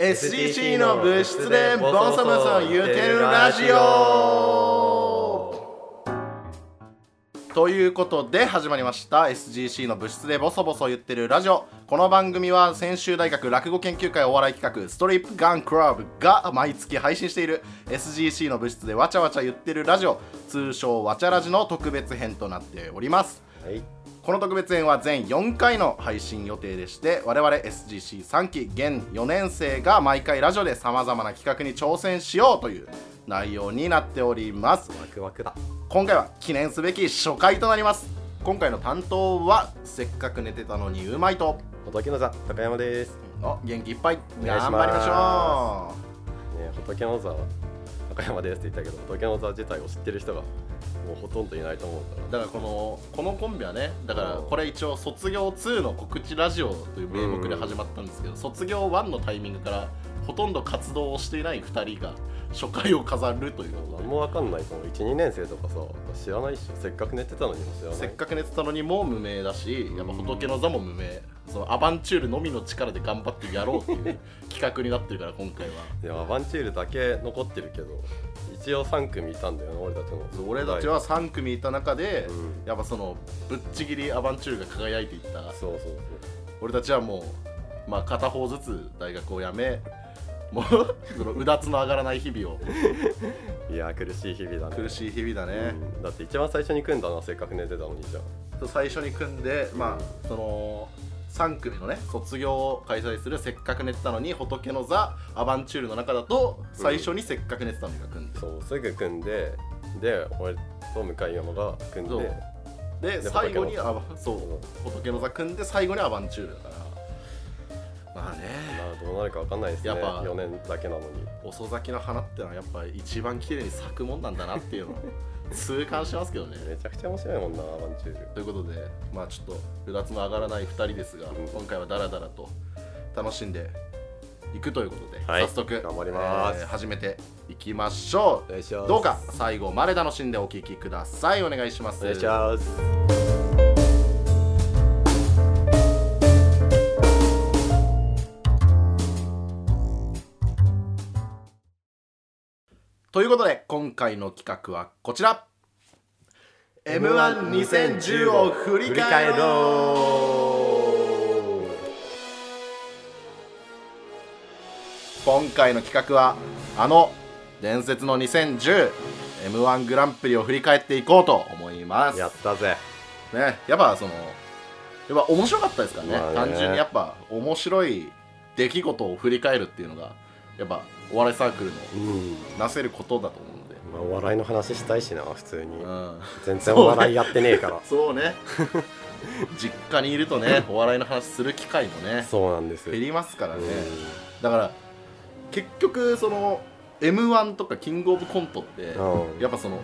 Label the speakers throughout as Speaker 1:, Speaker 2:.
Speaker 1: SCC の物質でボンソムソン言うてるラジオということで始まりました SGC の物質でボソボソ言ってるラジオこの番組は専修大学落語研究会お笑い企画ストリップガンクラブが毎月配信している SGC の物質でわちゃわちゃ言ってるラジオ通称わちゃラジの特別編となっております
Speaker 2: はい、
Speaker 1: この特別編は全4回の配信予定でして我々 SGC3 期現4年生が毎回ラジオでさまざまな企画に挑戦しようという内容になっております
Speaker 2: ワクワクだ。
Speaker 1: 今回は記念すべき初回となります今回の担当はせっかく寝てたのにうまいと
Speaker 2: 仏の座、高山です。
Speaker 1: お元気いっぱい
Speaker 2: お願いし
Speaker 1: 頑
Speaker 2: ます
Speaker 1: 張りましょう
Speaker 2: ね、仏の座、高山ですって言ったけど、仏の座自体を知ってる人がもうほとんどいないと思うから。
Speaker 1: だからこのこのコンビはねだからこれ一応卒業2の告知ラジオという名目で始まったんですけど、卒業1のタイミングからほとんど活動をしていない2人が初回を飾るという
Speaker 2: 何もわかんないと思う。1、2年生とかさ、知らないっしょ。せっかく寝てたのにも知らない。
Speaker 1: せっかく寝てたのにも無名だしやっぱ仏の座も無名そのアバンチュールのみの力で頑張ってやろうっていう 企画になってるから今回はい
Speaker 2: や、アバンチュールだけ残ってるけど、一応3組いたんだよな、俺たちの。
Speaker 1: 俺たちは3組いた中で、
Speaker 2: うん
Speaker 1: やっぱそのぶっちぎりアバンチュールが輝いていった
Speaker 2: そうそうそう。
Speaker 1: 俺たちはもう、まあ、片方ずつ大学を辞めもうそのうだつの上がらない日々を
Speaker 2: いや苦しい日々だね
Speaker 1: 苦しい日々だね、
Speaker 2: うんだって一番最初に組んだなせっかく寝てたのにじゃ
Speaker 1: 最初に組んでまあその3組のね卒業を開催する「せっかく寝てたのに仏の座アバンチュール」の中だと最初に「せっかく寝てたのに」が組んで、
Speaker 2: そうすぐ組んでで俺と向山が組ん
Speaker 1: そう
Speaker 2: で
Speaker 1: で
Speaker 2: で
Speaker 1: 最後に
Speaker 2: 仏の
Speaker 1: アバそう仏の座組んで最後にアバンチュールだからまあね
Speaker 2: まあどうなるかわかんないですね
Speaker 1: やっぱ
Speaker 2: 4年だけなのに
Speaker 1: 遅咲きの花ってのはやっぱ一番綺麗に咲くもんなんだなっていうのを痛感しますけどね
Speaker 2: めちゃくちゃ面白いもんなアバンチュール
Speaker 1: ということで、まあちょっと、うだつの上がらない2人ですが、
Speaker 2: ん
Speaker 1: 今回はダラダラと楽しんでいくということで、
Speaker 2: はい
Speaker 1: 早速
Speaker 2: 頑張ります
Speaker 1: えー始めていきましょ
Speaker 2: お願いし
Speaker 1: う。
Speaker 2: ます
Speaker 1: どうか最後まで楽しんでお聞きください。お願いします。
Speaker 2: お願いします
Speaker 1: ということで、今回の企画はこちら。M12010 を振り返ろう
Speaker 2: ろ
Speaker 1: 今回の企画はあの伝説の 2010M1 グランプリを振り返っていこうと思います。
Speaker 2: やったぜ
Speaker 1: ねやっぱそのやっぱ面白かったですからね,、
Speaker 2: まあね
Speaker 1: 単純にやっぱ面白い出来事を振り返るっていうのがやっぱお笑いサークルの
Speaker 2: うん
Speaker 1: なせることだと思うので、
Speaker 2: まあお笑いの話したいしな普通に
Speaker 1: うん、
Speaker 2: 全然お笑いやってねえから
Speaker 1: そう ね実家にいるとねお笑いの話する機会もね
Speaker 2: そうなんですよ
Speaker 1: 減りますからね
Speaker 2: う
Speaker 1: だから結局その m 1とかキングオブコントって
Speaker 2: うん
Speaker 1: やっぱその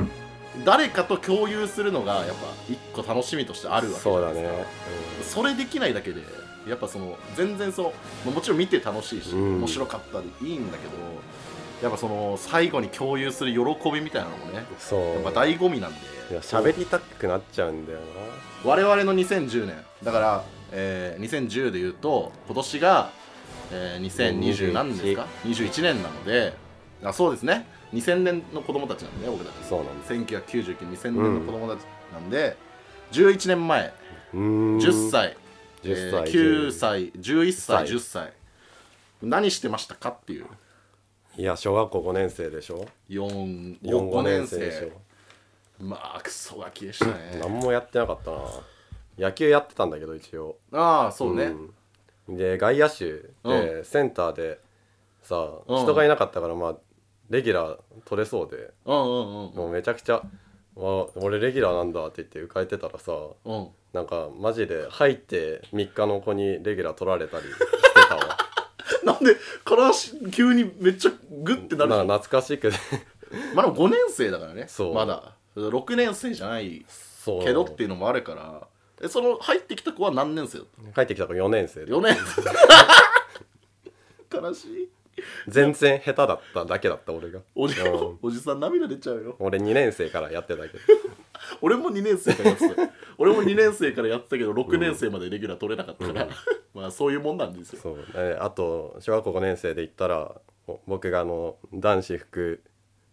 Speaker 1: 誰かと共有するのがやっぱ一個楽しみとしてあるわけじゃ
Speaker 2: そう
Speaker 1: な
Speaker 2: だ
Speaker 1: いですか
Speaker 2: ね
Speaker 1: それできないだけでやっぱその全然そのまあもちろん見て楽しいし、
Speaker 2: うん
Speaker 1: 面白かったでいいんだけどやっぱその最後に共有する喜びみたいなのもね
Speaker 2: うんそう
Speaker 1: やっぱ醍醐味なんで
Speaker 2: いや喋りたくなっちゃうんだよな
Speaker 1: 我々の2010年だから、えー2010で言うと今年が、えー2020何年ですか21年なのであそうですね2000年の子供たちなんでね僕たち
Speaker 2: そうなんです
Speaker 1: 19992000年の子供たちなんで、11年前
Speaker 2: うーん
Speaker 1: 10歳、え
Speaker 2: 10歳
Speaker 1: ー9歳11歳
Speaker 2: 10
Speaker 1: 10歳何してましたかっていう
Speaker 2: いや小学校5年生でしょ
Speaker 1: 45
Speaker 2: 4
Speaker 1: 5年
Speaker 2: でし
Speaker 1: 生
Speaker 2: ょ
Speaker 1: まあクソガキでしたね
Speaker 2: 何もやってなかったな野球やってたんだけど一応
Speaker 1: ああそうね、
Speaker 2: うんで外野手
Speaker 1: う
Speaker 2: でセンターでさ
Speaker 1: うん
Speaker 2: 人がいなかったからまあレギュラー取れそうで
Speaker 1: うん、うんうんうん
Speaker 2: もうめちゃくちゃ「わ俺レギュラーなんだ」って言って浮かれてたらさ
Speaker 1: うん
Speaker 2: なんかマジで入って3日の子にレギュラー取られたりしてたわ
Speaker 1: なんでからし急にめっちゃグッてなる
Speaker 2: な
Speaker 1: の
Speaker 2: んか懐かしく て
Speaker 1: まあでも5年生だからね
Speaker 2: そう
Speaker 1: まだ6年生じゃない
Speaker 2: そう
Speaker 1: けどっていうのもあるからえその入ってきた子は何年生だった
Speaker 2: 帰ってきたから4年生で
Speaker 1: 4年生 悲しい
Speaker 2: 全然下手だっただけだっ た俺が
Speaker 1: おじ
Speaker 2: うん
Speaker 1: おじさん涙出ちゃうよ
Speaker 2: 俺2年生からやってた けど
Speaker 1: 俺も2年生からやってた俺も2年生からやってたけど6年生までレギュラー取れなかったから、まあそういうもんなんですよ
Speaker 2: そうえあと小学校5年生で行ったらぼ僕があの男子副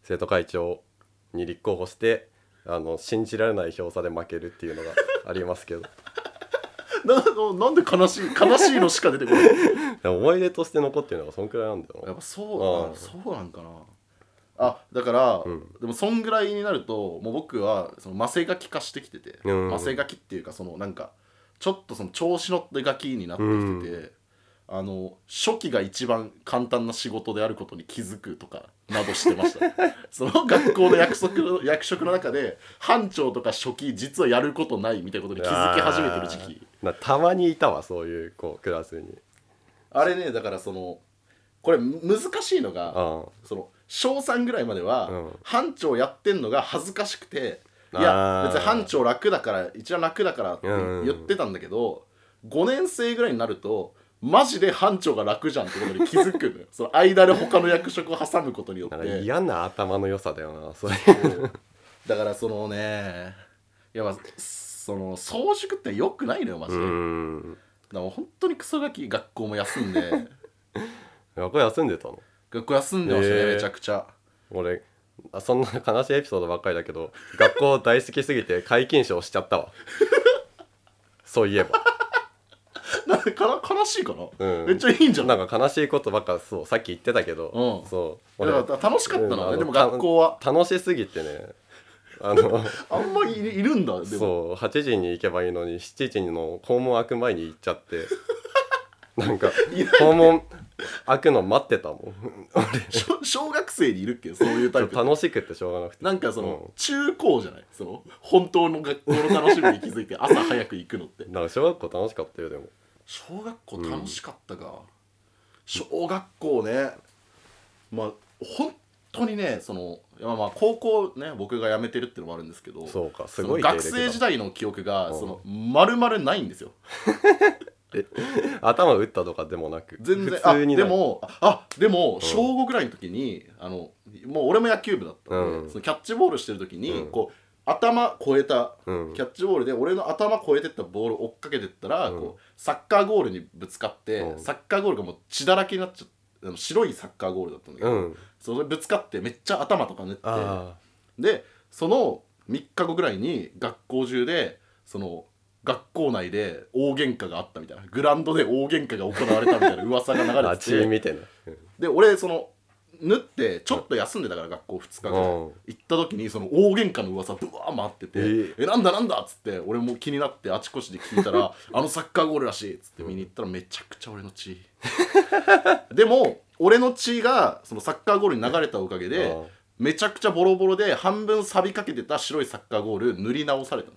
Speaker 2: 生徒会長に立候補してあの信じられない票差で負けるっていうのがあります けど
Speaker 1: な なんで悲しい悲しいのしか出てこない
Speaker 2: でも思い出として残ってるのがそんくらいなんだよ
Speaker 1: やっ
Speaker 2: な
Speaker 1: ぱそうあ
Speaker 2: うん
Speaker 1: そうなんかなあだから、
Speaker 2: うん
Speaker 1: でもそんぐらいになるともう僕はそのマセガキ化してきてて、
Speaker 2: うん
Speaker 1: マセガキっていうかそのなんかちょっとその調子乗ってガキになってきてて、あの初期が一番簡単な仕事であることに気づくとかなどしてました その学校の約束の役職の中で班長とか初期実はやることないみたいなことに気づき始めてる時期
Speaker 2: あーなたまにいたわそういう子クラスに
Speaker 1: あれねだからそのこれ難しいのが、
Speaker 2: あ
Speaker 1: その小3ぐらいまでは、
Speaker 2: うん
Speaker 1: 班長やってんのが恥ずかしくてい
Speaker 2: あ
Speaker 1: や
Speaker 2: ー
Speaker 1: 別に班長楽だから一番楽だからって言ってたんだけど、5年生ぐらいになるとマジで班長が楽じゃんってことに気づくのよ その間で他の役職を挟むことによっ
Speaker 2: あなんか
Speaker 1: て
Speaker 2: 嫌な頭の良さだよなそれ
Speaker 1: だからそのねやっぱその早熟って良くないのよマジ
Speaker 2: う
Speaker 1: で、だか
Speaker 2: ん
Speaker 1: らもう本当にクソガキ学校も休んで
Speaker 2: 学校休んでたの
Speaker 1: 学校休んでましたね、
Speaker 2: へー
Speaker 1: めちゃくちゃ
Speaker 2: 俺あそんな悲しいエピソードばっかりだけど 学校大好きすぎて皆勤賞しちゃったわ そういえば
Speaker 1: なんでかな悲しいかな、
Speaker 2: うん
Speaker 1: めっちゃいいんじゃない
Speaker 2: なんか悲しいことばっかそうさっき言ってたけど、
Speaker 1: うん
Speaker 2: そう
Speaker 1: いやだから楽しかったな、
Speaker 2: うんあの
Speaker 1: でも学校は
Speaker 2: た楽しすぎてね あの
Speaker 1: あんまりいるんだでも
Speaker 2: そう8時に行けばいいのに7時の校門開く前に行っちゃって なんか校門開くの待ってたもん
Speaker 1: 小小学生にいるっけそういうタイプ
Speaker 2: 楽しくてしょうがなくて
Speaker 1: なんかその、
Speaker 2: うん
Speaker 1: 中高じゃないその本当の学校の楽しみに気づ いて朝早く行くのって
Speaker 2: なんか小学校楽しかったよでも
Speaker 1: 小学校楽しかったか、小学校ねまあ本当にねそのいやまあまあ高校ね僕が辞めてるってのもあるんですけど
Speaker 2: そうか
Speaker 1: そ
Speaker 2: すご
Speaker 1: の
Speaker 2: い
Speaker 1: 学生時
Speaker 2: 代
Speaker 1: 代の記憶が
Speaker 2: うん
Speaker 1: その丸々ないんですよ
Speaker 2: 頭打ったとかでもなく
Speaker 1: 全然
Speaker 2: 普通に
Speaker 1: あで
Speaker 2: なる
Speaker 1: もあでも小5ぐらいの時に、あのもう俺も野球部だったんで、
Speaker 2: うん
Speaker 1: そのキャッチボールしてる時に、
Speaker 2: うん
Speaker 1: こう頭超えた
Speaker 2: うん
Speaker 1: キャッチボールで俺の頭超えてったボールを追っかけてったら、
Speaker 2: うん
Speaker 1: こうサッカーゴールにぶつかって、
Speaker 2: うん
Speaker 1: サッカーゴールがもう血だらけになっちゃったあの白いサッカーゴールだったんだけど、
Speaker 2: うん
Speaker 1: それぶつかってめっちゃ頭とか塗って
Speaker 2: あ
Speaker 1: でその3日後ぐらいに学校中でその学校内で大喧嘩があったみたいなグラウンドで大喧嘩が行われたみたいな噂が
Speaker 2: あ
Speaker 1: 流れ
Speaker 2: あ
Speaker 1: て
Speaker 2: チーム
Speaker 1: て
Speaker 2: みたいな
Speaker 1: で俺その縫ってちょっと休んでたから学校2日ぐらい
Speaker 2: うん
Speaker 1: 行った時にその大喧嘩の噂ブワー回ってて「
Speaker 2: えー
Speaker 1: えなんだなんだ」っつって俺も気になってあちこちで聞いた ら「あのサッカーゴールらしい」っつって見に行ったらめちゃくちゃ俺の血 でも俺の血がそのサッカーゴールに流れたおかげで、
Speaker 2: うん
Speaker 1: めちゃくちゃボロボロで半分錆びかけてた白いサッカーゴール塗り直された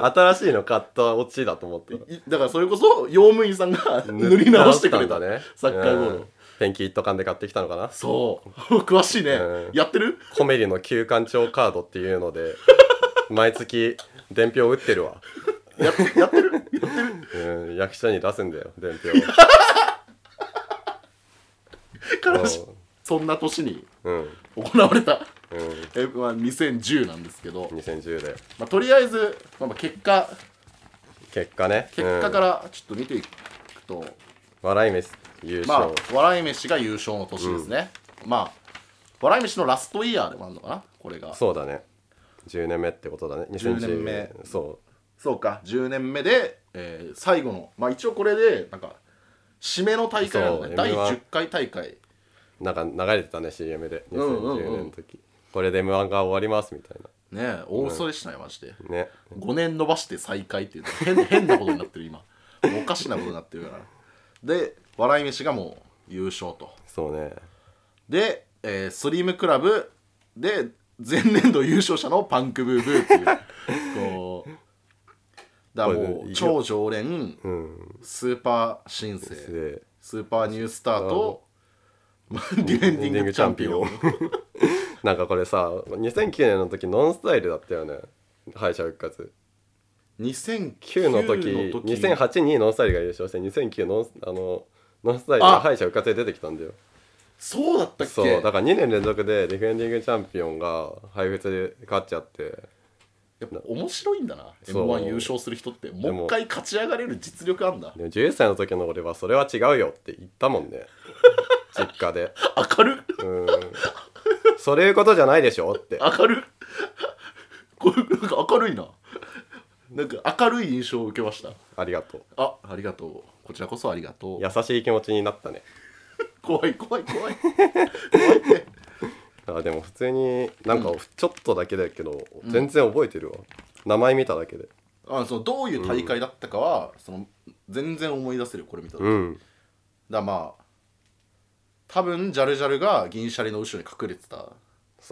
Speaker 1: の
Speaker 2: 新しいの買ったオチだと思ってた
Speaker 1: いだからそれこそ用務員さんが 塗り直してくれた
Speaker 2: 塗り直し
Speaker 1: サ
Speaker 2: た
Speaker 1: ッ
Speaker 2: んだね
Speaker 1: カーゴール、
Speaker 2: うんペンキ一斗缶で買ってきたのかな
Speaker 1: そう 詳しいね、
Speaker 2: うん
Speaker 1: やってる
Speaker 2: コメリの休館長カードっていうので 毎月伝票打ってるわ
Speaker 1: やってやってる
Speaker 2: うん役者に出すんだよ 伝票
Speaker 1: 悲しいそんな年に
Speaker 2: うん、うん、
Speaker 1: 行われたえ、まあ、2010なんですけど、
Speaker 2: 2010で
Speaker 1: まあ、とりあえず、まあ、まあ結果
Speaker 2: 結果ね
Speaker 1: 結果か
Speaker 2: うん
Speaker 1: らちょっと見ていくと、
Speaker 2: 笑い飯優
Speaker 1: ま
Speaker 2: 勝、
Speaker 1: あ笑い飯が優勝の年ですね、まあ笑い飯のラストイヤーでもあるのかなこれが
Speaker 2: そうだね10年目ってことだね
Speaker 1: 10
Speaker 2: 2010
Speaker 1: 年目
Speaker 2: そ
Speaker 1: そうか10年目で、えー最後のまあ一応これでなんか締めの大会なの
Speaker 2: そ
Speaker 1: ね
Speaker 2: う
Speaker 1: 第
Speaker 2: M1
Speaker 1: 10回大会
Speaker 2: うなんか流れてたね CM で
Speaker 1: うんうんうん
Speaker 2: 2010年の時、これで M1 が終わりますみたい
Speaker 1: ねえ大嘘でしたねマジで
Speaker 2: なね
Speaker 1: 5年延ばして再開っていう変変なことになってる今もうおかしなことになってるからで笑い飯がもう優勝と
Speaker 2: そうね
Speaker 1: で、えースリムクラブで前年度優勝者のパンクブーブーっていうこうだからもう超常連
Speaker 2: うん
Speaker 1: スーパー新星
Speaker 2: すげえ
Speaker 1: スーパーニュースターと、まあ、ディフェンディングチャンピオン。
Speaker 2: なんかこれさ2009年の時ノンスタイルだったよね敗者復活9
Speaker 1: 2009
Speaker 2: の時2008にノンスタイルが優勝して2009ノンスあのノンスタイル
Speaker 1: あ
Speaker 2: が敗者復活で出てきたんだよ
Speaker 1: そうだったっけ
Speaker 2: そうだから2年連続でディフェンディングチャンピオンが敗復で勝っちゃって
Speaker 1: やっぱ面白いんだな
Speaker 2: そう
Speaker 1: m 1優勝する人っても
Speaker 2: も
Speaker 1: う一回勝ち上がれる実力あんだ
Speaker 2: でも10歳の時の俺はそれは違うよって言ったもんね 実家で
Speaker 1: 明る
Speaker 2: うんそういうことじゃないでしょって
Speaker 1: 明る これなんか明るいななんか明るい印象を受けました
Speaker 2: ありがとう
Speaker 1: あありがとうこちらこそありがとう
Speaker 2: 優しい気持ちになったね
Speaker 1: 怖い怖い怖い
Speaker 2: あでも普通になんかちょっとだけだけど、全然覚えてるわ名前見ただけで
Speaker 1: あそのどういう大会だったかは、その全然思い出せるこれ見た時、
Speaker 2: う
Speaker 1: だか
Speaker 2: ん
Speaker 1: らまあ多分ジャルジャルが銀シャリの後ろに隠れてた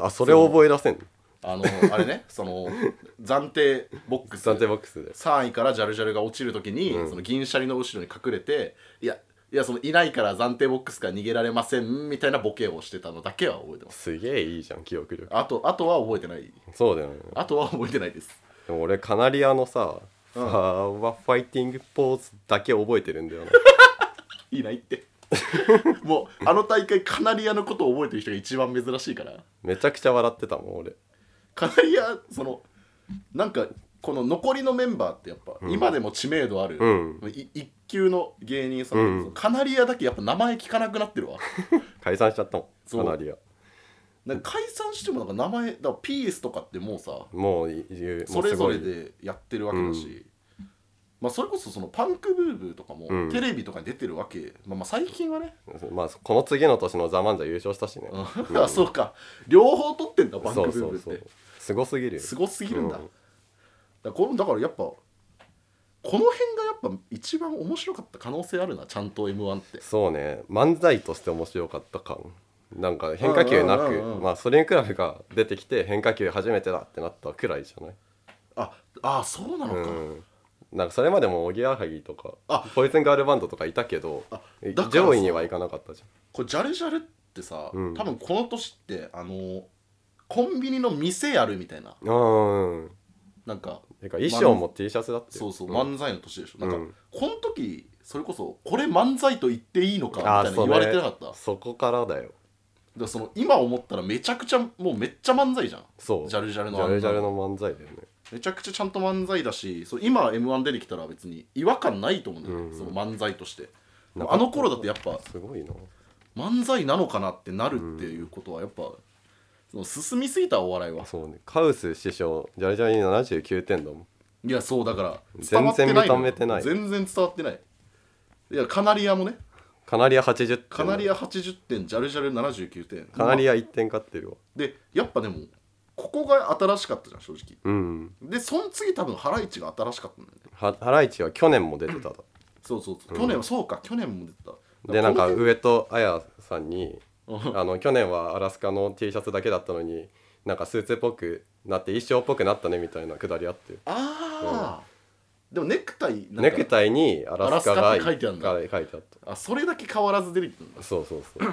Speaker 2: あそれを覚え出せん
Speaker 1: あのあれねその暫定ボックス
Speaker 2: 暫定ボックスで
Speaker 1: 3位からジャルジャルが落ちるときに、その銀シャリの後ろに隠れていやいやそのいないから暫定ボックスから逃げられませんみたいなボケをしてたのだけは覚えてます
Speaker 2: すげえいいじゃん記憶力
Speaker 1: あとあとは覚えてない
Speaker 2: そうだよね
Speaker 1: あとは覚えてないです
Speaker 2: でも俺カナリアのさ、
Speaker 1: うん
Speaker 2: サーバーファイティングポーズだけ覚えてるんだよな
Speaker 1: いないって もうあの大会カナリアのことを覚えてる人が一番珍しいから
Speaker 2: めちゃくちゃ笑ってたもん俺
Speaker 1: カナリアそのなんかこの残りのメンバーってやっぱ、今でも知名度ある、
Speaker 2: う
Speaker 1: い一級の芸人さん、
Speaker 2: うん
Speaker 1: そのカナリアだけやっぱ名前聞かなくなってるわ
Speaker 2: 解散しちゃったも
Speaker 1: そうん
Speaker 2: カナリア
Speaker 1: なんか解散してもなんか名前だからピースとかってもうさ
Speaker 2: もうい言うも
Speaker 1: そうれ
Speaker 2: す
Speaker 1: ぞ
Speaker 2: ご
Speaker 1: れ
Speaker 2: い
Speaker 1: でやってるわけだし、まあ、それこそそのパンクブーブーとかも
Speaker 2: うん
Speaker 1: テレビとかに出てるわけ、まあ、まあ最近はね、
Speaker 2: まあこの次の年のザ・マンジャ優勝したしね、
Speaker 1: あ そうか両方取ってんだパンク
Speaker 2: そう
Speaker 1: ブー
Speaker 2: そ
Speaker 1: ブー
Speaker 2: う
Speaker 1: って
Speaker 2: そうすごすぎるよ
Speaker 1: すごすぎるんだ,、
Speaker 2: うん
Speaker 1: だからこのだからやっぱこの辺がやっぱ一番面白かった可能性あるなちゃんと m 1って
Speaker 2: そうね漫才として面白かった感なんか変化球な
Speaker 1: うん
Speaker 2: く
Speaker 1: うんうんうん
Speaker 2: まあそれにクラブが出てきて変化球初めてだってなったくらいじゃない
Speaker 1: ああそうなのか、
Speaker 2: うんなんかそれまでもおぎやはぎとか
Speaker 1: あ
Speaker 2: ポイズンガールバンドとかいたけど
Speaker 1: あだから
Speaker 2: 上位にはいかなかったじ
Speaker 1: これジャルジャルってさ、
Speaker 2: うん
Speaker 1: 多分この年ってあのコンビニの店やるみたいな
Speaker 2: ゃんうん
Speaker 1: なんか
Speaker 2: てか衣装も T シャツだって
Speaker 1: そうそう、
Speaker 2: ん
Speaker 1: 漫才の年でしょなんか、
Speaker 2: うん
Speaker 1: この時それこそこれ漫才と言っていいのかみた
Speaker 2: あ
Speaker 1: いな
Speaker 2: ー
Speaker 1: 言
Speaker 2: そうね
Speaker 1: われてなかっただか
Speaker 2: そこからだよ
Speaker 1: らその今思ったらめちゃくちゃもうめっちゃ漫才じゃん
Speaker 2: そう
Speaker 1: ジャルジャルの
Speaker 2: ジャルジャル
Speaker 1: あんな
Speaker 2: の漫才だよね
Speaker 1: めちゃくちゃちゃんと漫才だしそう今 m 1出てきたら別に違和感ないと思うんだよね、
Speaker 2: うん
Speaker 1: その漫才として
Speaker 2: なんか
Speaker 1: あの頃だとやっぱ
Speaker 2: すごいな
Speaker 1: 漫才なのかなってなるっていうことはやっぱ、その進みすぎたお笑いは
Speaker 2: そうねカウス師匠ジャルジャルに79点だもん
Speaker 1: いやそうだから
Speaker 2: 全
Speaker 1: 伝
Speaker 2: 然
Speaker 1: わってのよ
Speaker 2: 認めてない
Speaker 1: 全然伝わってないいやカナリアもね
Speaker 2: カナリア80点
Speaker 1: カナリア80点ジャルジャル79点
Speaker 2: カナリア1点勝ってるわ
Speaker 1: でやっぱでもここが新しかったじゃん正直
Speaker 2: うん
Speaker 1: でその次多分ハライチが新しかったんだよね
Speaker 2: はハライチは去年も出てただ
Speaker 1: そうそうそう、去年はそうか去年も出てた
Speaker 2: でなんか
Speaker 1: この
Speaker 2: 上戸彩さんに
Speaker 1: うん
Speaker 2: あの去年はアラスカの T シャツだけだったのになんかスーツっぽくなって衣装っぽくなったねみたいなくだりあって
Speaker 1: ああ、でもネクタイなんか
Speaker 2: ネクタイにアラスカが
Speaker 1: アラスカって書いてあるんだ
Speaker 2: が書いてあっ
Speaker 1: あそれだけ変わらず出てきたんだ
Speaker 2: たそうそうそう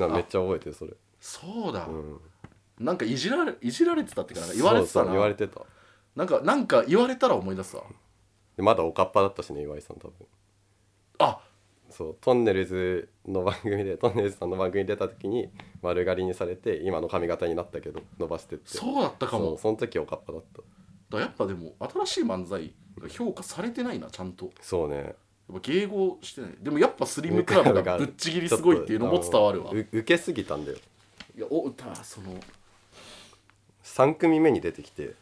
Speaker 2: なんかめっちゃ覚えてるそれ、
Speaker 1: そうだ、
Speaker 2: うん、
Speaker 1: なんかいじられいじられてたっていうかなんか言われてた
Speaker 2: そ
Speaker 1: な
Speaker 2: うそう言われてた
Speaker 1: なんかなんか言われたら思い出すわ
Speaker 2: でまだおかっぱだったしね岩井さん多分
Speaker 1: あ
Speaker 2: そうトンネルズの番組で トンネルズさんの番組に出た時に丸刈りにされて今の髪型になったけど伸ばしてって
Speaker 1: そうだったか
Speaker 2: そ
Speaker 1: も
Speaker 2: うその時おかっぱだった
Speaker 1: だからやっぱでも新しい漫才が評価されてないなちゃんと
Speaker 2: そうね
Speaker 1: やっぱ迎合してないでもやっぱスリムクラブがぶっちぎりすごいっていうのも伝わるわ
Speaker 2: う受けすぎたんだよ
Speaker 1: いやおたその
Speaker 2: 3組目に出てきて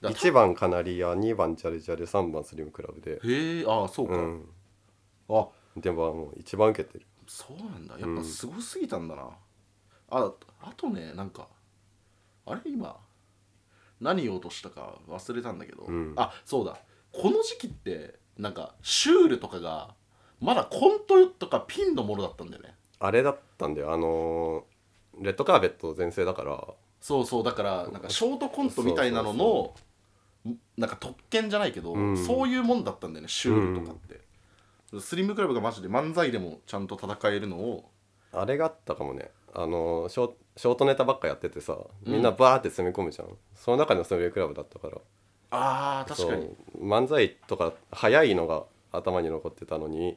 Speaker 1: だ
Speaker 2: 1番カナリア2番ジャルジャル3番スリムクラブで
Speaker 1: へえああそうか、
Speaker 2: うん
Speaker 1: あ
Speaker 2: でももう一番受けてる
Speaker 1: そうなんだやっぱすごすぎたんだな、ああとねなんかあれ今何言おうとしたか忘れたんだけど、
Speaker 2: ん
Speaker 1: あそうだこの時期ってなんかシュールとかがまだコントとかピンのものだったんだよね
Speaker 2: あれだったんだよあのーレッドカーペット全盛だから
Speaker 1: そうそうだからなんかショートコントみたいなの
Speaker 2: そうそ
Speaker 1: のなんか特権じゃないけど、
Speaker 2: うん
Speaker 1: そういうもんだったんだよねシュールとかって、スリムクラブがマジで漫才でもちゃんと戦えるのを
Speaker 2: あれがあったかもねあのーショーショートネタばっかやっててさみんなバーって詰め込むじゃん、その中のスリムクラブだったから
Speaker 1: あー確かに
Speaker 2: そう漫才とか早いのが頭に残ってたのに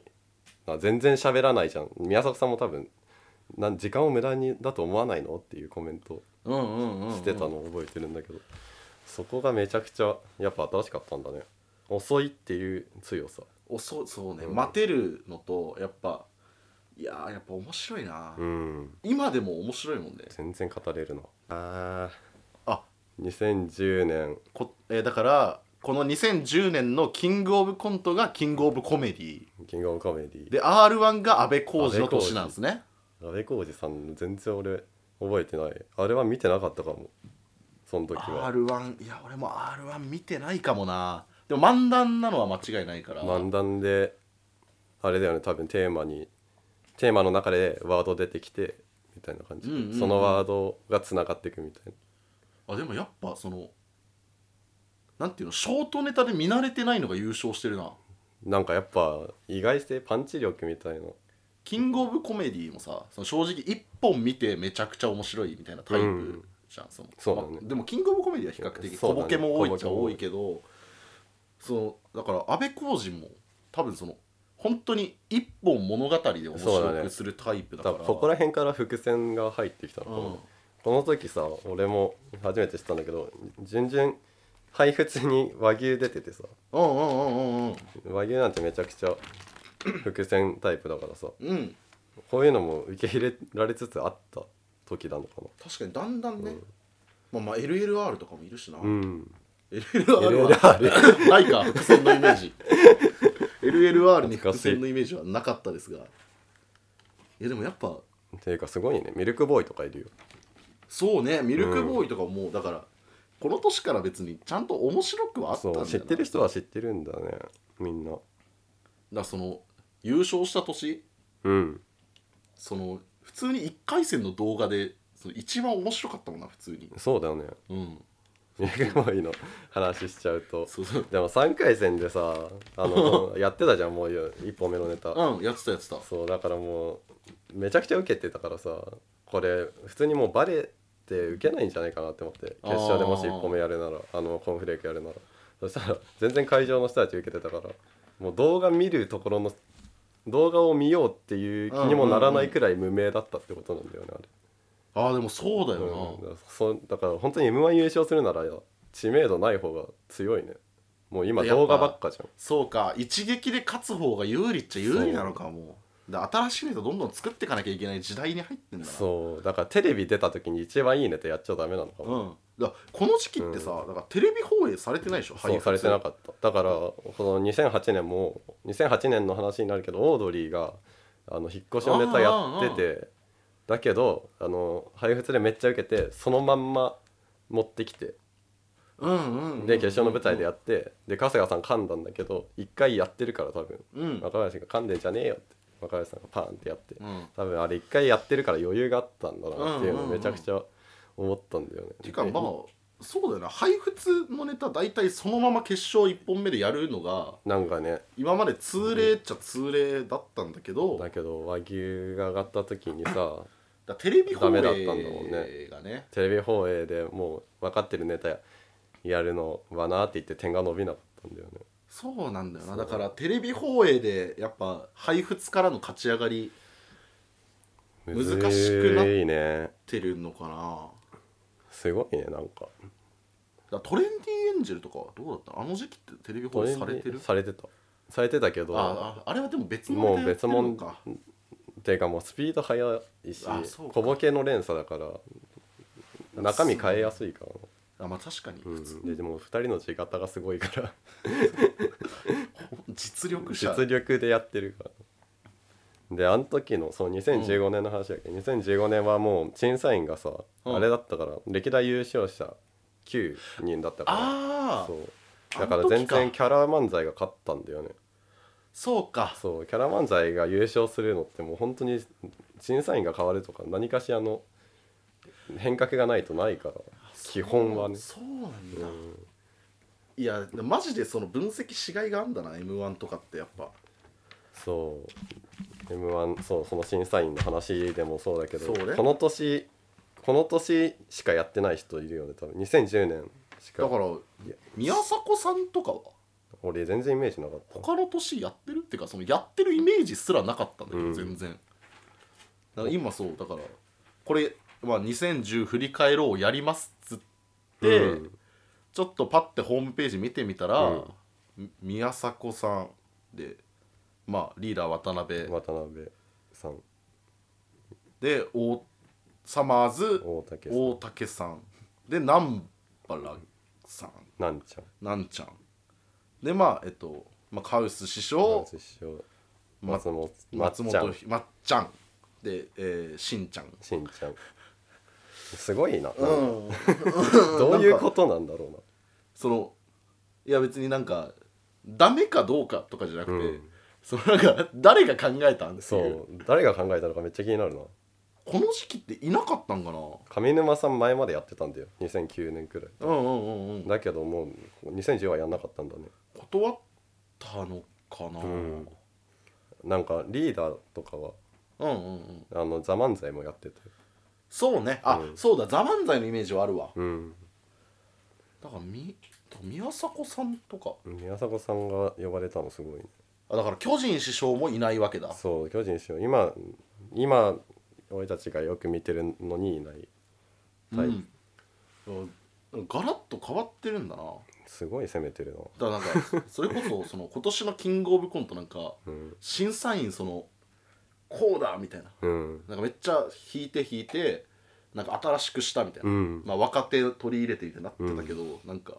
Speaker 2: あ全然喋らないじゃん宮迫さんも多分なん時間を無駄にだと思わないのっていうコメント
Speaker 1: うんうんうん、うん、
Speaker 2: してたのを覚えてるんだけど、そこがめちゃくちゃやっぱ新しかったんだね遅いっていう強さ
Speaker 1: 遅そうね、
Speaker 2: うん
Speaker 1: 待てるのとやっぱいやーやっぱ面白いな、
Speaker 2: うん
Speaker 1: 今でも面白いもんね
Speaker 2: 全然語れるなあ
Speaker 1: あ
Speaker 2: ー2010年
Speaker 1: こ、えーだからこの2010年のキングオブコントがキングオブコメディ
Speaker 2: キングオブコメディ
Speaker 1: で r 1が安倍浩二の年なんですね
Speaker 2: 安倍浩二さんの全然俺覚えてないあれは見てなかったかもその時は
Speaker 1: r 1いや俺も r 1見てないかもなでも漫談なのは間違いないから、
Speaker 2: 漫談であれだよね多分テーマにテーマの中でワード出てきてみたいな感じ、
Speaker 1: うんうんうん
Speaker 2: そのワードがつながっていくみたい
Speaker 1: あでもやっぱそのなんていうのショートネタで見慣れてないのが優勝してるな
Speaker 2: ななんかやっぱ意外性パンチ力みたいな
Speaker 1: キングオブコメディもさその正直一本見てめちゃくちゃ面白いみたいなタイプじゃん、その
Speaker 2: そうだね
Speaker 1: まあでもキングオブコメディは比較的
Speaker 2: そう
Speaker 1: 小
Speaker 2: だね
Speaker 1: ボケも多いっちゃ
Speaker 2: 小ボケも
Speaker 1: 多
Speaker 2: 多い
Speaker 1: いけどそのだから安倍浩二も多分その本当に一本物語で面
Speaker 2: そう
Speaker 1: 白
Speaker 2: だ
Speaker 1: く
Speaker 2: ね
Speaker 1: するタイプだ
Speaker 2: だ
Speaker 1: か
Speaker 2: かららそこら辺から伏線が入ってきたのかな、
Speaker 1: うん
Speaker 2: この時さ俺も初めて知ったんだけど順々配布通に和牛出ててさ
Speaker 1: うんうんうんうんうん
Speaker 2: 和牛なんてめちゃくちゃ伏線タイプだからさ
Speaker 1: うん
Speaker 2: こういうのも受け入れられつつあった時なのか
Speaker 1: 確かにだんだんね、まあまあ LLR とかもいるしな、
Speaker 2: なうん
Speaker 1: LLR は
Speaker 2: LLR
Speaker 1: ないか伏線のイメー ジ LLR に伏線のイメージはなかったですがいやでもやっぱ
Speaker 2: っていうかすごいねミルクボーイとかいるよ
Speaker 1: そうねミルクボーイとかももうだから、この年から別にちゃんと面白くはあった
Speaker 2: そ
Speaker 1: んだよ
Speaker 2: う
Speaker 1: な
Speaker 2: 知ってる人
Speaker 1: だ
Speaker 2: は
Speaker 1: か
Speaker 2: 知ってるんだねみんな
Speaker 1: らその優勝した年
Speaker 2: うん
Speaker 1: その普通に1回戦の動画でその一番面白かったもんな普通に
Speaker 2: そうだよね
Speaker 1: うん
Speaker 2: ミルクボーイの話しちゃうと
Speaker 1: そうそう
Speaker 2: でも3回戦でさ あのやってたじゃんもう1本目のネタ
Speaker 1: うんやってたやってた
Speaker 2: そうだからもうめちゃくちゃ受けてたからさこれ普通にもうバレて受けないんじゃないかなって思って決勝でもし
Speaker 1: あー
Speaker 2: 1本目やるならあのコーンフレークやるならそしたら全然会場の人たち受けてたからもう動画見るところの動画を見ようっていう気にもならないくらい無名だったってことなんだよねあれ
Speaker 1: ああでもそうだよな、
Speaker 2: うんだからそだから本当に m 1優勝するなら知名度ない方が強いねもう今
Speaker 1: やっぱ
Speaker 2: 動画ばっかじゃん
Speaker 1: そうか一撃で勝つ方が有利っちゃ有利なのかもうで新しいネタどんどん作っていかなきゃいけない時代に入ってんだな
Speaker 2: そうだからテレビ出た時に一番いいネタやっちゃダメなのかも
Speaker 1: うん、だからこの時期ってさ、だからテレビ放映されてないでしょ
Speaker 2: そうされてなかっただからこの2008年も2008年の話になるけどオードリーがあの引っ越しのネタやっててだけどあの配布でめっちゃ受けてそのまんま持ってきて
Speaker 1: たうんうん、うん、
Speaker 2: で決勝の舞台でやってで春日さん噛んだんだけど一回やってるから多分
Speaker 1: うん
Speaker 2: 若林が噛んでんじゃねえよって若林さんがパーンってやって
Speaker 1: うん
Speaker 2: 多分あれ一回やってるから余裕があったんだなっていうの
Speaker 1: うんうんうん
Speaker 2: めちゃくちゃ思ったんだよね。
Speaker 1: ていうかまあそうだよな配布のネタ大体そのまま決勝1本目でやるのが
Speaker 2: なんかね
Speaker 1: 今まで通例っちゃ通例だったんだけど、だ
Speaker 2: だ
Speaker 1: か
Speaker 2: けど和牛が上がった時にさ
Speaker 1: らテレビ放
Speaker 2: ダ
Speaker 1: 映
Speaker 2: メ
Speaker 1: が
Speaker 2: だっ
Speaker 1: ね
Speaker 2: たんだもんねテレビ放映でもう分かってるネタやるのはなって言って点が伸びなかったんだよね
Speaker 1: そうなんだよな
Speaker 2: そう
Speaker 1: だからテレビ放映でやっぱ配布からの勝ち上がり難しくなっ
Speaker 2: むずいね
Speaker 1: てるのかな
Speaker 2: すごいねな
Speaker 1: だ
Speaker 2: んか
Speaker 1: からトレンディエンジェルとかはどうだったのあの時期ってテレビ放映されてる
Speaker 2: されてたされてたけど
Speaker 1: あああれはでも別の
Speaker 2: もう
Speaker 1: ネタやってるの
Speaker 2: 別
Speaker 1: か
Speaker 2: ていうかもうスピード速いし
Speaker 1: あそうか
Speaker 2: 小ボケの連鎖だから中身変えやすいからな
Speaker 1: あまあ確かに、
Speaker 2: う
Speaker 1: 普通
Speaker 2: ん、ででも2人の字型がすごいから
Speaker 1: 実力者
Speaker 2: 実力でやってるからであの時のそう2015年の話だけど、2015年はもう審査員がさ、
Speaker 1: うん
Speaker 2: あれだったから歴代優勝者9人だったか
Speaker 1: あ
Speaker 2: ら
Speaker 1: あ
Speaker 2: そ
Speaker 1: そう
Speaker 2: うだから
Speaker 1: あの時
Speaker 2: 全
Speaker 1: か
Speaker 2: 然キャラ漫才が勝ったんだよね
Speaker 1: か
Speaker 2: そうキャラ漫才が優勝するのってもう本当に審査員が変わるとか何かしらの変革がないとないから基本はね
Speaker 1: そうなんだ、いやマジでその分析しがいがあんだな m 1とかってやっぱ
Speaker 2: そう m 1そうその審査員の話でもそうだけど、
Speaker 1: そうね
Speaker 2: この年この年しかやってない人いるよね多分2010年しか
Speaker 1: だから
Speaker 2: や
Speaker 1: 宮迫さんとかは
Speaker 2: 俺全然イメージなかった
Speaker 1: 他の年やってるっていうかそのやってるイメージすらなかったんだけど、
Speaker 2: うん
Speaker 1: 全然だから今そうだからこれ、まあ、2010振り返ろうやりますっつって、
Speaker 2: うん
Speaker 1: ちょっとパッてホームページ見てみたら、
Speaker 2: うん
Speaker 1: み宮迫さんでまあリーダー渡辺、
Speaker 2: 渡辺さん
Speaker 1: で大サマーズ
Speaker 2: 大竹さん
Speaker 1: 大竹さんで南原さん
Speaker 2: なんちゃん
Speaker 1: なんちゃんでまあえっと、まあ、カウス師匠
Speaker 2: 松井師匠
Speaker 1: ま
Speaker 2: 松本
Speaker 1: 松
Speaker 2: まっちゃ
Speaker 1: 本
Speaker 2: ん
Speaker 1: ひまっちゃんで、えー、しんちゃん
Speaker 2: しんちゃんすごいな、
Speaker 1: うん
Speaker 2: どういうことなんだろうな
Speaker 1: そのいや別になんかダメかどうかとかじゃなくて、
Speaker 2: うん
Speaker 1: そのなんか誰が考えたんって
Speaker 2: そ
Speaker 1: いう
Speaker 2: う誰が考えたのかめっちゃ気になるな
Speaker 1: この時期っていなかったんかな
Speaker 2: 上沼さん前までやってたんだよ2009年くらい
Speaker 1: うんうんうんうん
Speaker 2: だけどもう2010はやんなかったんだね
Speaker 1: 断ったのかな、
Speaker 2: んなんかリーダーとかは
Speaker 1: うんうんうん
Speaker 2: あの「ザ漫才もやってて
Speaker 1: そうねあ、
Speaker 2: うん
Speaker 1: そうだ「ザ漫才のイメージはあるわ
Speaker 2: うん
Speaker 1: だからみ宮迫さんとか
Speaker 2: 宮迫さんが呼ばれたのすごいね
Speaker 1: あだから巨人師匠もいないわけだ
Speaker 2: そう巨人師匠今今俺たちがよく見てるのにいないタイプ、
Speaker 1: うん、ガラッと変わってるんだなだ
Speaker 2: すごい攻めてるな
Speaker 1: からなんかそれこそその今年のキングオブコントなんか
Speaker 2: うん
Speaker 1: 審査員そのこうだみたいな
Speaker 2: うん
Speaker 1: なんかめっちゃ引いて引いてなんか新しくしたみたいな、
Speaker 2: うん
Speaker 1: まあ、若手取り入れてみたいになってたけど、なんか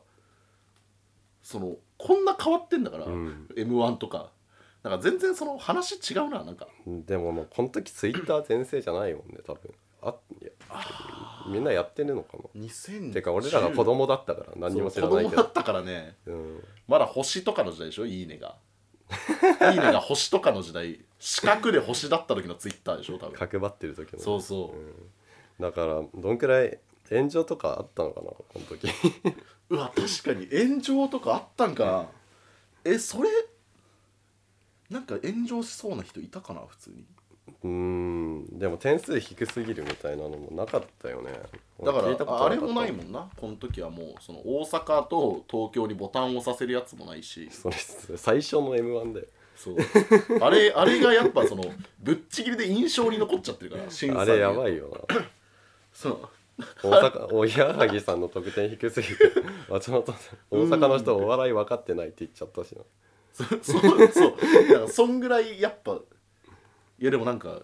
Speaker 1: そのこんな変わってんだから、
Speaker 2: うん
Speaker 1: m 1とかなんか全然その話違うななんか
Speaker 2: でももうこの時ツイッター全盛じゃないもんね多分あいやみんなやってるのかな
Speaker 1: 2010
Speaker 2: てか俺らが子供だったから何にも知らない
Speaker 1: そう子
Speaker 2: け
Speaker 1: 供だ
Speaker 2: ど
Speaker 1: ったからね
Speaker 2: うん
Speaker 1: まだ星とかの時代でしょいいね がいいねが星とかの時代四角で星だった時のツイッターでしょ多分
Speaker 2: 角張ってる時の
Speaker 1: そうそう、
Speaker 2: だからどんくらい炎上とかあったのかなこの時
Speaker 1: うわ確かに炎上とかあったんかなえそれなんか炎上しそうな人いたかな普通に
Speaker 2: うーんでも点数低すぎるみたいなのもなかったよね
Speaker 1: だか
Speaker 2: 俺聞いたこと
Speaker 1: らあれもない
Speaker 2: ん
Speaker 1: もんなこの時はもうその大阪と東京にボタンを押させるやつもないし
Speaker 2: それ最初の m 1で
Speaker 1: そうあれあれがやっぱそのぶっちぎりで印象に残っちゃってるから審査
Speaker 2: あれやば
Speaker 1: い
Speaker 2: いよな
Speaker 1: そう
Speaker 2: 大 阪おぎやはぎさんの得点低すぎて 松本さん大阪の人お笑い分かってないって言っちゃったしな
Speaker 1: そそうそうだからそんぐらいやっぱいやでもなんか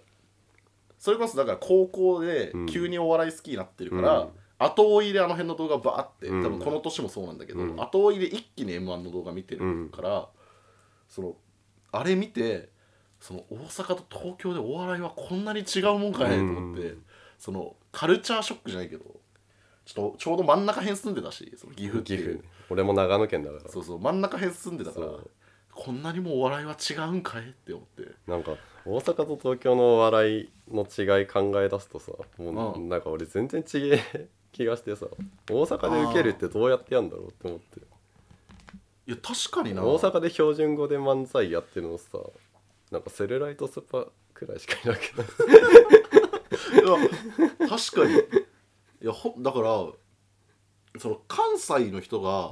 Speaker 1: それこそだから高校で
Speaker 2: うん
Speaker 1: 急にお笑い好きになってるから、
Speaker 2: うん
Speaker 1: 後追いであの辺の動画バーって多
Speaker 2: うん
Speaker 1: 分この年もそうなんだけど、
Speaker 2: うん
Speaker 1: 後追いで一気に m 1の動画見てるから、そのあれ見てその大阪と東京でお笑いはこんなに違うもんかねと思って、
Speaker 2: うん
Speaker 1: そのカルチャーショックじゃないけどちょっとちょうど真ん中辺住んでたしその岐阜って
Speaker 2: 岐
Speaker 1: いう
Speaker 2: 阜俺も長野県だから
Speaker 1: そうそう真ん中辺住んでたから
Speaker 2: そう
Speaker 1: こんなにもお笑いは違うんかいって思って
Speaker 2: なんか大阪と東京のお笑いの違い考え出すとさも
Speaker 1: う
Speaker 2: うんなんか俺全然違え気がしてさ大阪で受けるってどうやってやんだろうって思って
Speaker 1: いや確かにな
Speaker 2: 大阪で標準語で漫才やってるのさなんかセルライトスーパーくらいしかいなくない
Speaker 1: いや 確かにいやほだからその関西の人が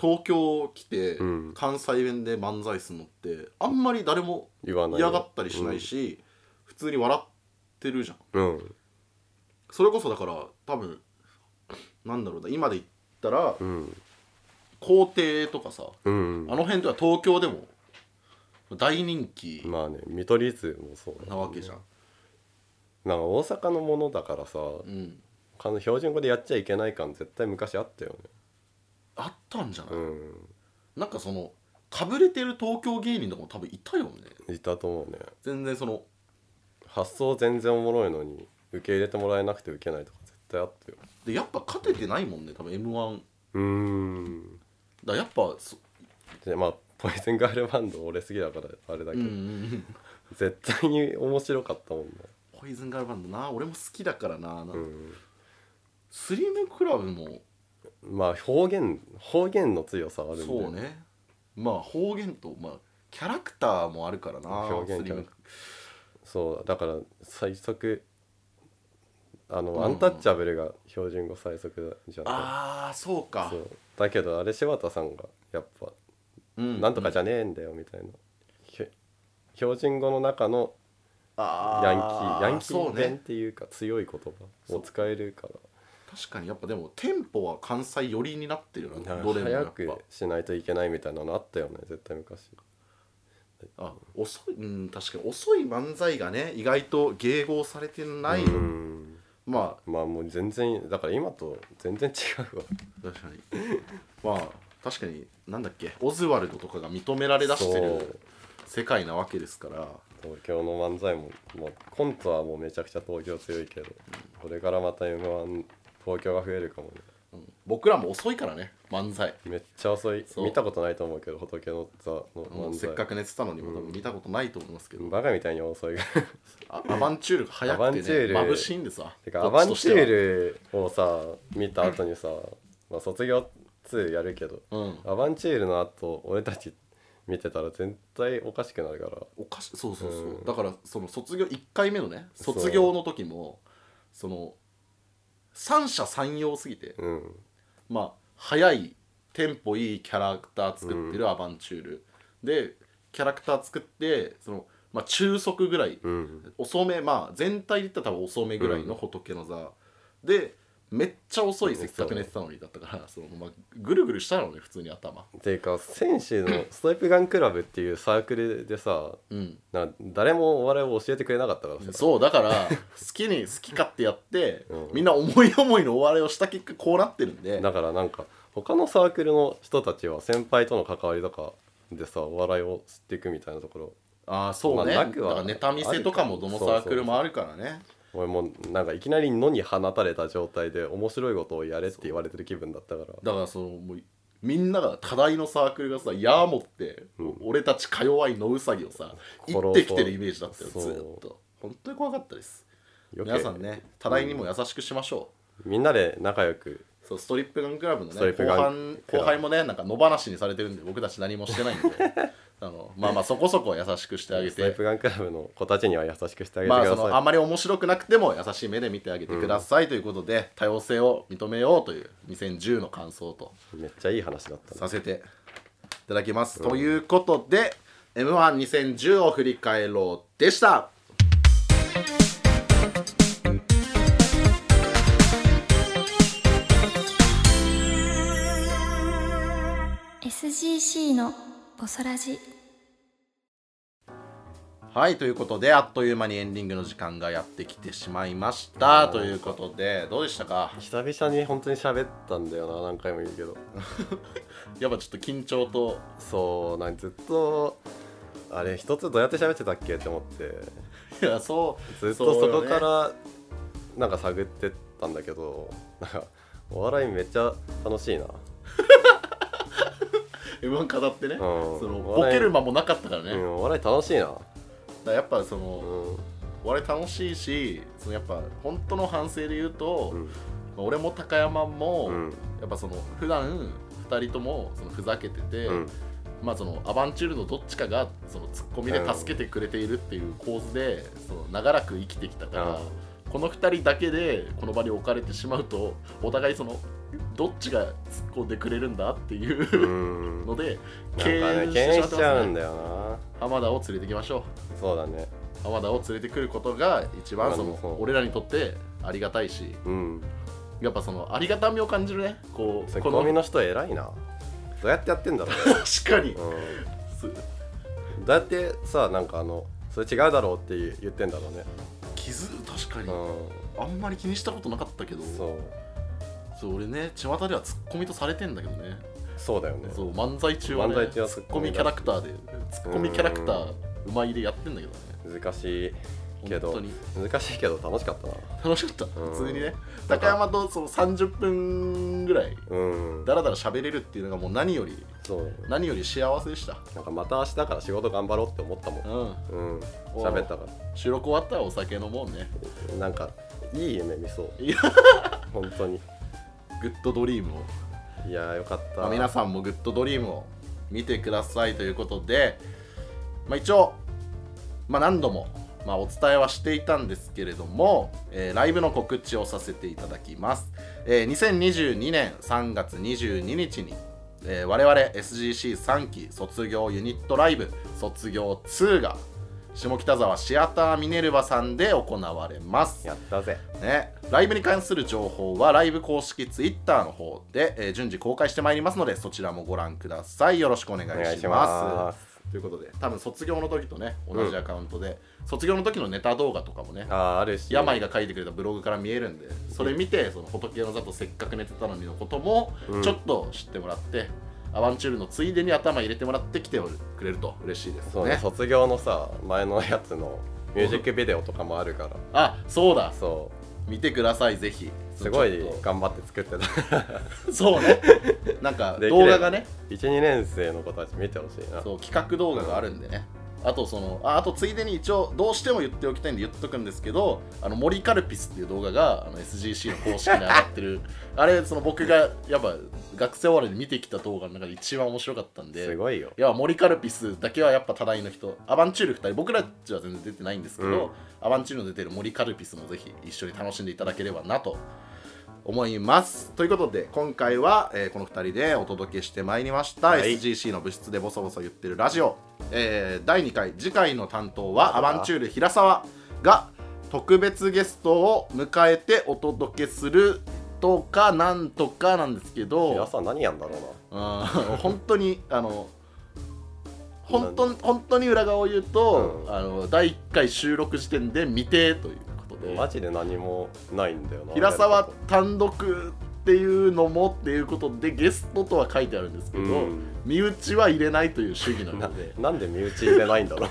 Speaker 1: 東京来て
Speaker 2: うん
Speaker 1: 関西弁で漫才するのってあんまり誰も
Speaker 2: 言わない
Speaker 1: 嫌がったりしない、し、普通に笑ってるじゃん
Speaker 2: うんうん
Speaker 1: それこそだから多分なんだろうな今で言ったら
Speaker 2: うん
Speaker 1: 校庭とかさ
Speaker 2: うん
Speaker 1: あの辺では東京でも大人気
Speaker 2: まあね見取り図もそう
Speaker 1: なわけじゃん、
Speaker 2: なんか大阪のものだからさ
Speaker 1: うん、
Speaker 2: あの標準語でやっちゃいけない感絶対昔あったよね
Speaker 1: あったんじゃない、
Speaker 2: う
Speaker 1: なんかそのかぶれてる東京芸人とかも多分いたよね
Speaker 2: んいたと思うね
Speaker 1: 全然その
Speaker 2: 発想全然おもろいのに受け入れてもらえなくて受けないとか絶対あったよ
Speaker 1: でやっぱ勝ててないもんね多分 m 1
Speaker 2: うーん
Speaker 1: だやっぱそ
Speaker 2: でまあポイズンガールバンド俺好きだからあれだ
Speaker 1: う
Speaker 2: けど、
Speaker 1: ん
Speaker 2: 絶対に面白かったもんね
Speaker 1: ポイズンガールバンドな俺も好きだからなな
Speaker 2: うん
Speaker 1: スリムクラブも
Speaker 2: まあ方言方言の強さあるんで
Speaker 1: そうねまあ方言とまあキャラクターもあるからな
Speaker 2: 表現
Speaker 1: スリム
Speaker 2: そうだから最速あの、
Speaker 1: うん
Speaker 2: アンタッチャブルが標準語最速じゃん
Speaker 1: ああそうか
Speaker 2: そうだけどあれ柴田さんがやっぱ
Speaker 1: うん
Speaker 2: なんとかじゃねえんだよみたいな、ひょ標準語の中のヤンキーヤンキー
Speaker 1: そうね
Speaker 2: 弁っていうか強い言葉を使えるから
Speaker 1: 確かにやっぱでもテンポは関西寄りになってるなどれもや
Speaker 2: 早
Speaker 1: っ
Speaker 2: くしないといけないみたいなのあったよね絶対昔
Speaker 1: ぱあ遅いうん確かに遅い漫才がね意外と迎合されてない、
Speaker 2: うん
Speaker 1: ま
Speaker 2: まあもう全然だから今と全然違うわ
Speaker 1: あ確かに まあ確かになんだっけオズワルドとかが認められだして
Speaker 2: そう
Speaker 1: る世界なわけですから
Speaker 2: 東京の漫才も、まあ、コントはもうめちゃくちゃ東京強いけどこれからまた m 1東京が増えるかもね
Speaker 1: 僕らも遅いからね漫才
Speaker 2: めっちゃ遅い
Speaker 1: そう
Speaker 2: 見たことないと思うけど仏の座の
Speaker 1: もう
Speaker 2: 漫
Speaker 1: せ
Speaker 2: 才
Speaker 1: っかく寝てたのにも多分見たことないと思いますけど、
Speaker 2: バカみたいに遅い
Speaker 1: あアバンチュールが早
Speaker 2: アバン
Speaker 1: く
Speaker 2: チ
Speaker 1: て
Speaker 2: ュー
Speaker 1: ね
Speaker 2: ル
Speaker 1: 眩しいんでさ
Speaker 2: てかア
Speaker 1: こ
Speaker 2: バ
Speaker 1: っ
Speaker 2: ン
Speaker 1: ちとし
Speaker 2: チ
Speaker 1: ては
Speaker 2: ュールをさ見た 後にさ、まあ、卒業2やるけど、
Speaker 1: うん
Speaker 2: アバンチュールの後俺たち見てたら絶対おかしくなるから
Speaker 1: おかしそうそうそう、
Speaker 2: うん
Speaker 1: だからその卒業1回目のね
Speaker 2: そう
Speaker 1: 卒業の時もその三者三様すぎて、
Speaker 2: うん
Speaker 1: まあ早いテンポいいキャラクター作ってるアバンチュール、でキャラクター作ってその、まあ、中速ぐらい、
Speaker 2: うん
Speaker 1: 遅めまあ全体で言ったら多分遅めぐらいの仏の座、でめっちゃ遅いせっかく寝てたのにだったからその、まあ、ぐるぐるしたのね普通に頭
Speaker 2: ていうか選手のストイプガンクラブっていうサークルでさ
Speaker 1: うん
Speaker 2: なんか誰もお笑いを教えてくれなかったからさ
Speaker 1: そうだから好きに好き勝手やって、
Speaker 2: うん
Speaker 1: みんな思い思いのお笑いをした結果こうなってるんで
Speaker 2: だからなんか他のサークルの人たちは先輩との関わりとかでさお笑いを知っていくみたいなところ
Speaker 1: ああそうね、
Speaker 2: まあ
Speaker 1: だ
Speaker 2: な
Speaker 1: か
Speaker 2: くは
Speaker 1: らネタ見せとかもどのサークルもあるからね
Speaker 2: 俺もうなんかいきなり野に放たれた状態で面白いことをやれって言われてる気分だったから
Speaker 1: だからそのもうみんなが課題のサークルがさ「やーもって、
Speaker 2: うん
Speaker 1: 俺たちか弱いのうさぎをさ
Speaker 2: 殺そう
Speaker 1: 行ってきてるイメージだったよず
Speaker 2: そう
Speaker 1: ーっと本当に怖かったです
Speaker 2: よく
Speaker 1: 皆さんね互いにも優しくしましょ
Speaker 2: みんなで仲良く
Speaker 1: うそうストリップガンクラブのね
Speaker 2: ストリップ
Speaker 1: 後
Speaker 2: ガン
Speaker 1: 半後輩もねなんか野放しにされてるんで僕たち何もしてないんで あのまあまあそこそこは優しくしてあげ
Speaker 2: ストイ
Speaker 1: て
Speaker 2: プガンクラブの子たちには優しくしてあげてく
Speaker 1: まあ
Speaker 2: だ
Speaker 1: そ
Speaker 2: さい、
Speaker 1: のあまり面白くなくても優しい目で見てあげてくださいということで、多様性を認めようという2010の感想と
Speaker 2: めっちゃいい話だったね
Speaker 1: させていただきます、ということで m 1 2 0 1 0を振り返ろうでした
Speaker 3: ー SGC のボソラジ
Speaker 1: はいということであっという間にエンディングの時間がやってきてしまいましたということでどうでしたか
Speaker 2: 久々に本当に喋ったんだよな何回も言うけど
Speaker 1: やっぱちょっと緊張と
Speaker 2: そうなんずっとあれ一つどうやって喋ってたっけって思って
Speaker 1: いやそう
Speaker 2: ずっとそこか
Speaker 1: うよね
Speaker 2: らなんか探ってったんだけどなんかお笑いめっちゃ楽しいな
Speaker 1: m 1語ってね、その
Speaker 2: お
Speaker 1: ボ
Speaker 2: 笑い
Speaker 1: ケる間もなかったからね、
Speaker 2: う
Speaker 1: だか
Speaker 2: んお笑い楽しいな
Speaker 1: らやっぱそうの、
Speaker 2: ん
Speaker 1: 俺楽しいしそのやっぱ本当の反省で言うと、
Speaker 2: うん
Speaker 1: まあ俺も高山も、
Speaker 2: うん
Speaker 1: やっぱその普段二人ともそのふざけてて、
Speaker 2: うん
Speaker 1: まあそのアバンチュールのどっちかがそのツッコミで助けてくれているっていう構図でその長らく生きてきたから、この2人だけでこの場に置かれてしまうとお互いそのどっちが突っ込んでくれるんだっていう う
Speaker 2: ん
Speaker 1: ので
Speaker 2: なんかね敬遠しちゃうんだよ
Speaker 1: 浜田を連れてきましょ
Speaker 2: なそうだね
Speaker 1: う浜田を連れてくることが一番そ
Speaker 2: まあそう
Speaker 1: の俺らにとってありがたいし
Speaker 2: うん
Speaker 1: やっぱそのありがたみを感じるねこ
Speaker 2: ツ
Speaker 1: う
Speaker 2: ッ
Speaker 1: こ
Speaker 2: コミの人偉いなどうやってやってんだろう
Speaker 1: 確かに、
Speaker 2: う
Speaker 1: す
Speaker 2: んどうやってさなんかあのそれ違うだろうって言ってんだろうね
Speaker 1: 傷確かに、
Speaker 2: う
Speaker 1: あんまり気にしたことなかったけど
Speaker 2: んそう
Speaker 1: そう俺ね巷ではツッコミとされてんだけどね
Speaker 2: そうだよね
Speaker 1: そう漫才中は,、ね、
Speaker 2: 漫才中は
Speaker 1: ツ
Speaker 2: ツ
Speaker 1: ッ
Speaker 2: ッ
Speaker 1: コ
Speaker 2: コ
Speaker 1: ミ
Speaker 2: ミ
Speaker 1: キャラクターでツッコミキャラクターうまいでやってんだけどね
Speaker 2: 難しいけど
Speaker 1: 本
Speaker 2: 難しいけど楽しかったな
Speaker 1: 楽しかった
Speaker 2: うん
Speaker 1: 普通にね高山とその30分ぐらい
Speaker 2: うん
Speaker 1: だらだら喋れるっていうのがもう何より
Speaker 2: そう
Speaker 1: 何より幸せでした
Speaker 2: なんかまた明日から仕事頑張ろうって思ったもん
Speaker 1: うん
Speaker 2: うん
Speaker 1: お
Speaker 2: 喋ったか
Speaker 1: 収録終わったらお酒飲もうね
Speaker 2: らなんかいい夢見そう
Speaker 1: いや
Speaker 2: 本当に
Speaker 1: グッドドリームを
Speaker 2: いやーよかった
Speaker 1: まあ、皆さんもグッドドリームを見てくださいということで、まあ、一応、まあ、何度も、まあ、お伝えはしていたんですけれども、えーライブの告知をさせていただきます、えー2022年3月22日に、えー我々 SGC3 期卒業ユニットライブ卒業2が、下北沢シアターミネルヴァさんで行われます
Speaker 2: やったぜ
Speaker 1: ね、ライブに関する情報はライブ公式 Twitter の方で、えー順次公開してまいりますのでそちらもご覧くださいよろしくお願いし
Speaker 2: お
Speaker 1: ます
Speaker 2: 願いします
Speaker 1: ということで多分卒業の時とね同じアカウントで、卒業の時のネタ動画とかもね
Speaker 2: あああるし
Speaker 1: 病が書いてくれたブログから見えるんでそれ見てその仏の里せっかく寝てたのにのことも
Speaker 2: うん
Speaker 1: ちょっと知ってもらって、アバンチュールのついでに頭入れてもらって来てくれると嬉しいです
Speaker 2: そうね
Speaker 1: ね
Speaker 2: 卒業のさ前のやつのミュージックビデオとかもあるから
Speaker 1: あそうだ
Speaker 2: そ
Speaker 1: 見てくださいぜひ
Speaker 2: うすごい
Speaker 1: ちょっと
Speaker 2: 頑張って作ってた
Speaker 1: そうねなんか
Speaker 2: できれば
Speaker 1: 動画がね
Speaker 2: 12年生の子たち見てほしいな
Speaker 1: そう企画動画があるんでね、あとそのああとついでに一応どうしても言っておきたいんで言っとくんですけどあの森カルピスっていう動画があの SGC の公式で上がってるあれその僕がやっぱ学生終わりに見てきた動画の中で一番面白かったんです
Speaker 2: ごいよ
Speaker 1: いや森カルピスだけはやっぱ多大の人アバンチュール2人僕らっちは全然出てないんですけど、
Speaker 2: うん
Speaker 1: アバンチュールの出てる森カルピスもぜひ一緒に楽しんでいただければなと思いますということで今回は、えーこの2人でお届けしてまいりました、
Speaker 2: はい
Speaker 1: SGC の部室でボソボソ言ってるラジオ、えー第2回次回の担当はアバンチュール平沢が特別ゲストを迎えてお届けするとかなんとかなんですけど
Speaker 2: 皆さん何やんだろうな
Speaker 1: あー 本当にあの本当本当に裏側を言うと、
Speaker 2: うん
Speaker 1: あの第1回収録時点で未定ということで
Speaker 2: マジで何もないんだよな
Speaker 1: 平沢単独っていうのもっていうことでゲストとは書いてあるんですけど、
Speaker 2: うん
Speaker 1: 身内は入れないという主義な
Speaker 2: な
Speaker 1: の で
Speaker 2: なんで身内入れないんだろ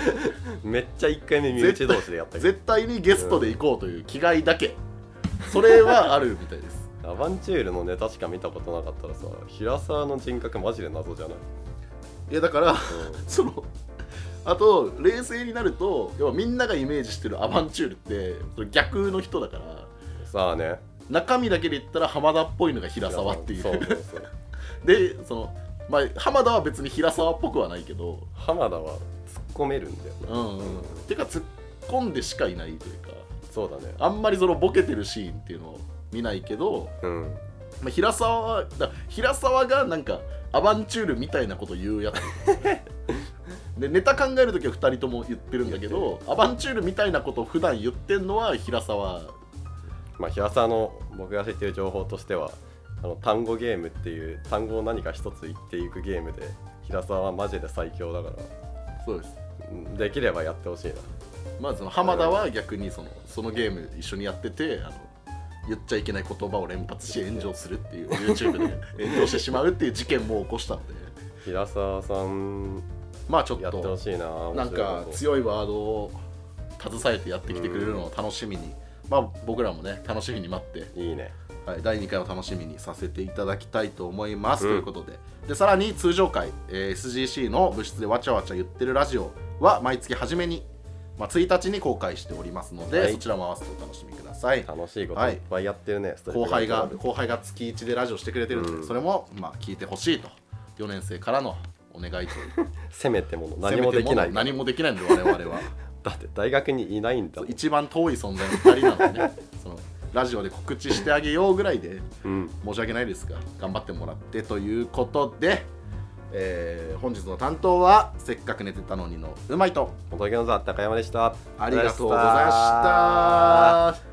Speaker 2: うめっちゃ1回目身内同士でやったけ
Speaker 1: 絶対にゲストで行こうという気概だけ、それはあるみたいです
Speaker 2: どアバンチュールのネタしか見たことなかったらさ平沢の人格マジで謎じゃない、
Speaker 1: いやだから
Speaker 2: うん
Speaker 1: そのあと冷静になると要はみんながイメージしてるアバンチュールってそれ逆の人だから
Speaker 2: さあね
Speaker 1: 中身だけで言ったら浜田っぽいのが平沢っていう
Speaker 2: そうそうそう
Speaker 1: でそのまあ浜田は別に平沢っぽくはないけど
Speaker 2: 浜田は突っ込めるんだよ
Speaker 1: う
Speaker 2: な、
Speaker 1: んうんてか突っ込んでしかいないというか
Speaker 2: そうだね
Speaker 1: あんまりそのボケてるシーンっていうのを見ないけど、
Speaker 2: うん
Speaker 1: まあ、平沢はだ平沢がなんかアバンチュールみたいなこと言うやつ でネタ考える時は2人とも言ってるんだけどアバンチュールみたいなことを普段言ってんのは平沢
Speaker 2: まあ平沢の僕が知っている情報としてはあの単語ゲームっていう単語を何か一つ言っていくゲームで平沢はマジで最強だから
Speaker 1: そうです
Speaker 2: うんできればやってほしいな
Speaker 1: まあその浜田は逆にそのそのゲーム一緒にやっててあの言っちゃいけない言葉を連発して炎上するっていう YouTube で炎上してしまうっていう事件も起こしたので
Speaker 2: 平沢さん
Speaker 1: まあちょっ
Speaker 2: やってほ
Speaker 1: と
Speaker 2: しいな
Speaker 1: なんか
Speaker 2: 面白いこと
Speaker 1: 強いワードを携えてやってきてくれるのを楽しみにまあ僕らもね楽しみに待って、
Speaker 2: いいね
Speaker 1: はい、第2回を楽しみにさせていただきたいと思います、
Speaker 2: うん
Speaker 1: ということででさらに通常回、えー SGC の部室でわちゃわちゃ言ってるラジオは毎月初めに、まあ、1日に公開しておりますので、
Speaker 2: はい
Speaker 1: そちらも合わせてお楽しみください
Speaker 2: 楽しいこといっぱいやってるね、ストリッ
Speaker 1: 後
Speaker 2: プガン
Speaker 1: 輩が
Speaker 2: クラブ
Speaker 1: 後輩が月1でラジオしてくれてるんで、
Speaker 2: うん
Speaker 1: それもまあ聞いてほしいと4年生からのお願いという
Speaker 2: せめてもの何もでき
Speaker 1: せめ
Speaker 2: な
Speaker 1: て
Speaker 2: い
Speaker 1: も何もできないんで我々 は
Speaker 2: だって大学にいないんだもん
Speaker 1: 一番遠い存在の2人なので、ね、そのラジオで告知してあげようぐらいで
Speaker 2: うん
Speaker 1: 申し訳ないですが頑張ってもらってということで、えー本日の担当はせっかく寝てたのにのうまいと
Speaker 2: おとぎのさん高山でした
Speaker 1: ありがとうございました。